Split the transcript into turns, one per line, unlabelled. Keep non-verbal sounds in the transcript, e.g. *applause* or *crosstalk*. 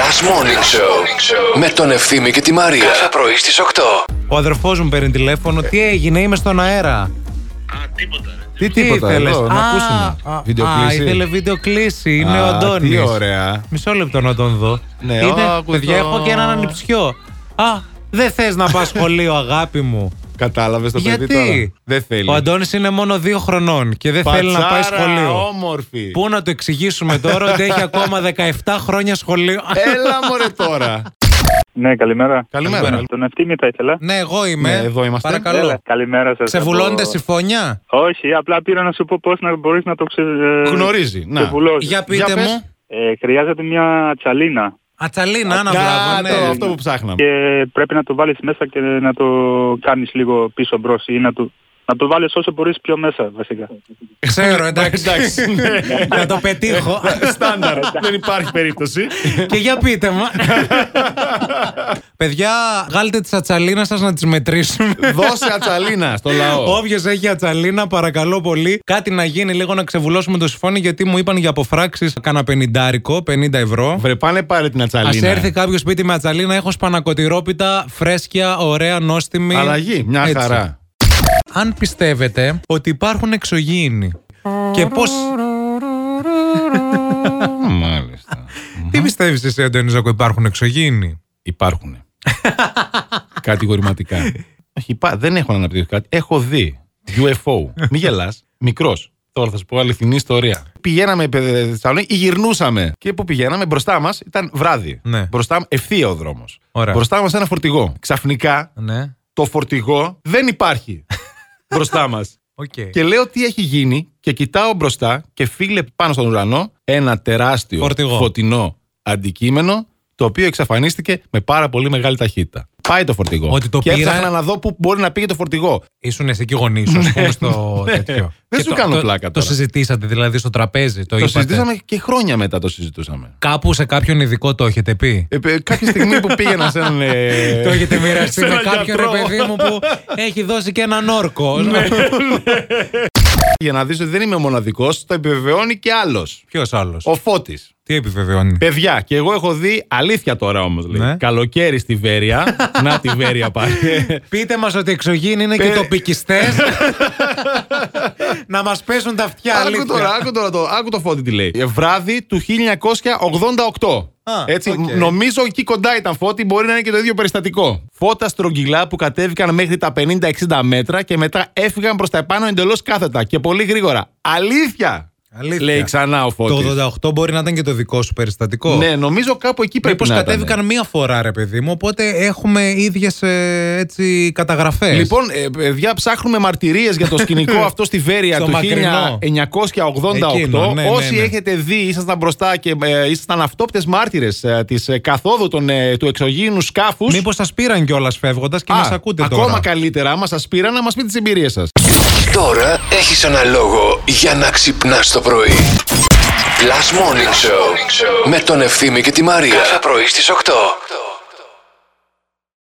Last Morning Show με τον Ευθύμη και τη Μαρία. Κάθε πρωί στις 8.
Ο αδερφός μου παίρνει τηλέφωνο. Τι έγινε, είμαι στον αέρα.
Α, τίποτα. Ρε.
Τι,
τίποτα,
ήθελες?
εδώ, να
Α,
ακούσουμε.
α,
Βιντεοκλήση.
Α, ήθελε βίντεο κλίση. Είναι
Α,
ο Αντώνης.
τι ωραία.
Μισό λεπτό να τον δω.
Ναι,
Είναι,
ο, άκου
παιδιά,
το.
έχω και έναν ανιψιό. Α, δεν θες να
*laughs*
πας σχολείο, αγάπη μου.
Κατάλαβες το παιδί
Γιατί
τώρα. Δεν θέλει.
ο Αντώνης είναι μόνο δύο χρονών και δεν θέλει να πάει
Πατσάρα,
σχολείο.
όμορφη.
Πού να το εξηγήσουμε τώρα ότι έχει ακόμα 17 χρόνια σχολείο.
Έλα μωρέ τώρα.
Ναι, καλημέρα.
Καλημέρα.
Τον ευθύνη θα ήθελα.
*laughs* ναι, εγώ είμαι.
Ναι, εδώ είμαστε.
Παρακαλώ.
Έλα, καλημέρα σας.
Ξεβουλώνετε συμφωνία.
Όχι, απλά πήρα να σου πω πώς να μπορείς να το ξε... ε,
Γνωρίζει. Να.
ξεβουλώσεις.
Για πείτε
Για πες.
μου.
Ε, χρειάζεται μια τσαλίνα
Ατσαλίνα, άνα
Α,
μπράβο, ναι.
το, αυτό που ψάχναμε.
και πρέπει να το βάλεις μέσα και να το κάνεις λίγο πίσω μπρος ή να το, να το βάλεις όσο μπορείς πιο μέσα βασικά.
Ξέρω, εντάξει.
Εντάξει. ναι.
Να το πετύχω.
*laughs* Στάνταρ. Δεν υπάρχει περίπτωση.
Και για πείτε μου. Παιδιά, βγάλτε τις ατσαλίνα σας να τις μετρήσουμε.
*laughs* Δώσε ατσαλίνα στο λαό.
Όποιος έχει ατσαλίνα, παρακαλώ πολύ, κάτι να γίνει λίγο να ξεβουλώσουμε το συμφώνη γιατί μου είπαν για αποφράξεις κάνα πενιντάρικο, 50 ευρώ.
Βρε πάνε πάρε την
Α
ατσαλίνα.
έρθει κάποιος σπίτι με ατσαλίνα, έχω σπανακοτηρόπιτα, φρέσκια, ωραία, νόστιμη.
Αλλαγή. Μια
Έτσι.
χαρά.
αν πιστεύετε ότι υπάρχουν εξωγήινοι και πώς... *laughs*
Μάλιστα.
Τι πιστεύεις εσύ, Αντώνη Ζακο, υπάρχουν εξωγήινοι.
Υπάρχουν. Κατηγορηματικά. Όχι, υπά- δεν έχω αναπτύξει κάτι. Έχω δει UFO. Μη γελάς. Μικρός. Τώρα θα σου πω αληθινή ιστορία. Πηγαίναμε παιδε, στη Θεσσαλονίκη ή γυρνούσαμε. Και που πηγαίναμε, μπροστά μας ήταν βράδυ.
Ναι.
Μπροστά, μου- ευθεία ο δρόμος.
Ωραία.
Μπροστά μας ένα φορτηγό. Ξαφνικά
Ναι,
το φορτηγό δεν
*laughs*
υπάρχει μπροστά μας.
οκ.
και λέω τι έχει γίνει και κοιτάω μπροστά και φίλε πάνω στον ουρανό ένα τεράστιο
Φορτηγό.
φωτεινό αντικείμενο το οποίο εξαφανίστηκε με πάρα πολύ μεγάλη ταχύτητα. Πάει το φορτηγό.
Ότι το
και
πήρα-
έψαχνα να δω πού μπορεί να πήγε το φορτηγό.
Ήσουν εσύ και γονείς σου, ας πούμε, στο
ναι.
τέτοιο.
*laughs* Δεν
Και
σου
το-
κάνω
το-
πλάκα
Το
τώρα.
συζητήσατε δηλαδή στο τραπέζι, το
το
είπατε.
συζητήσαμε και χρόνια μετά το συζητούσαμε.
Κάπου σε κάποιον ειδικό το έχετε πει.
Ε, πε- κάποια στιγμή που πήγαινα σε έναν. ε,
*laughs* Το έχετε μοιραστεί
σε
με
έναν
κάποιον ρε
γιατρό. Ναι.
παιδί μου που έχει δώσει και έναν όρκο.
Για να δεις ότι δεν είμαι μοναδικός, το επιβεβαιώνει και άλλος.
Ποιος άλλος.
Ο Ε. Φώτης.
Τι επιβεβαιώνει.
Παιδιά, και εγώ έχω δει αλήθεια τώρα όμως.
Ναι.
λέει. Καλοκαίρι στη Βέρεια.
*laughs*
να τη Βέρεια πάλι.
Πείτε μας ότι εξωγήινοι είναι και
Πε-
τοπικιστές.
*laughs*
να μας πέσουν τα αυτιά.
άκου
αλήθεια.
τώρα, άκου τώρα το, άκου το φώτι τι λέει. Ε, Βράδυ του 1988.
Α,
Έτσι,
οκ.
νομίζω εκεί κοντά ήταν φώτι, μπορεί να είναι και το ίδιο περιστατικό. Φώτα στρογγυλά που κατέβηκαν μέχρι τα 50-60 μέτρα και μετά έφυγαν προς τα επάνω εντελώς κάθετα και πολύ γρήγορα. Αλήθεια!
Αλήθεια.
Λέει ξανά ο Φώτης.
Το 88 μπορεί να ήταν και το δικό σου περιστατικό.
Ναι, νομίζω κάπου εκεί πρέπει
Μήπως
να ήταν.
κατέβηκαν μία φορά, ρε παιδί μου, οπότε έχουμε ίδιες έτσι καταγραφές.
Λοιπόν, ε, παιδιά, ψάχνουμε μαρτυρίες
*laughs*
για το σκηνικό αυτό στη Βέρεια
Στο
του
μακρινό.
1988.
Εκείνο, ναι, ναι,
Όσοι
ναι.
έχετε δει, ήσασταν μπροστά και ε, ήσασταν αυτόπτες μάρτυρες ε, της ε, καθόδου των, ε, του εξωγήινου σκάφους.
Μήπως σας πήραν κιόλας φεύγοντας και μας ακούτε
ακόμα
τώρα.
καλύτερα, μα σας πήραν να μας πείτε τις εμπειρίες σας.
Τώρα έχεις ένα λόγο για να ξυπνάς το πρωί. Last Morning Show με τον Ευθύμη και τη Μαρία. Κάθε πρωί στις 8.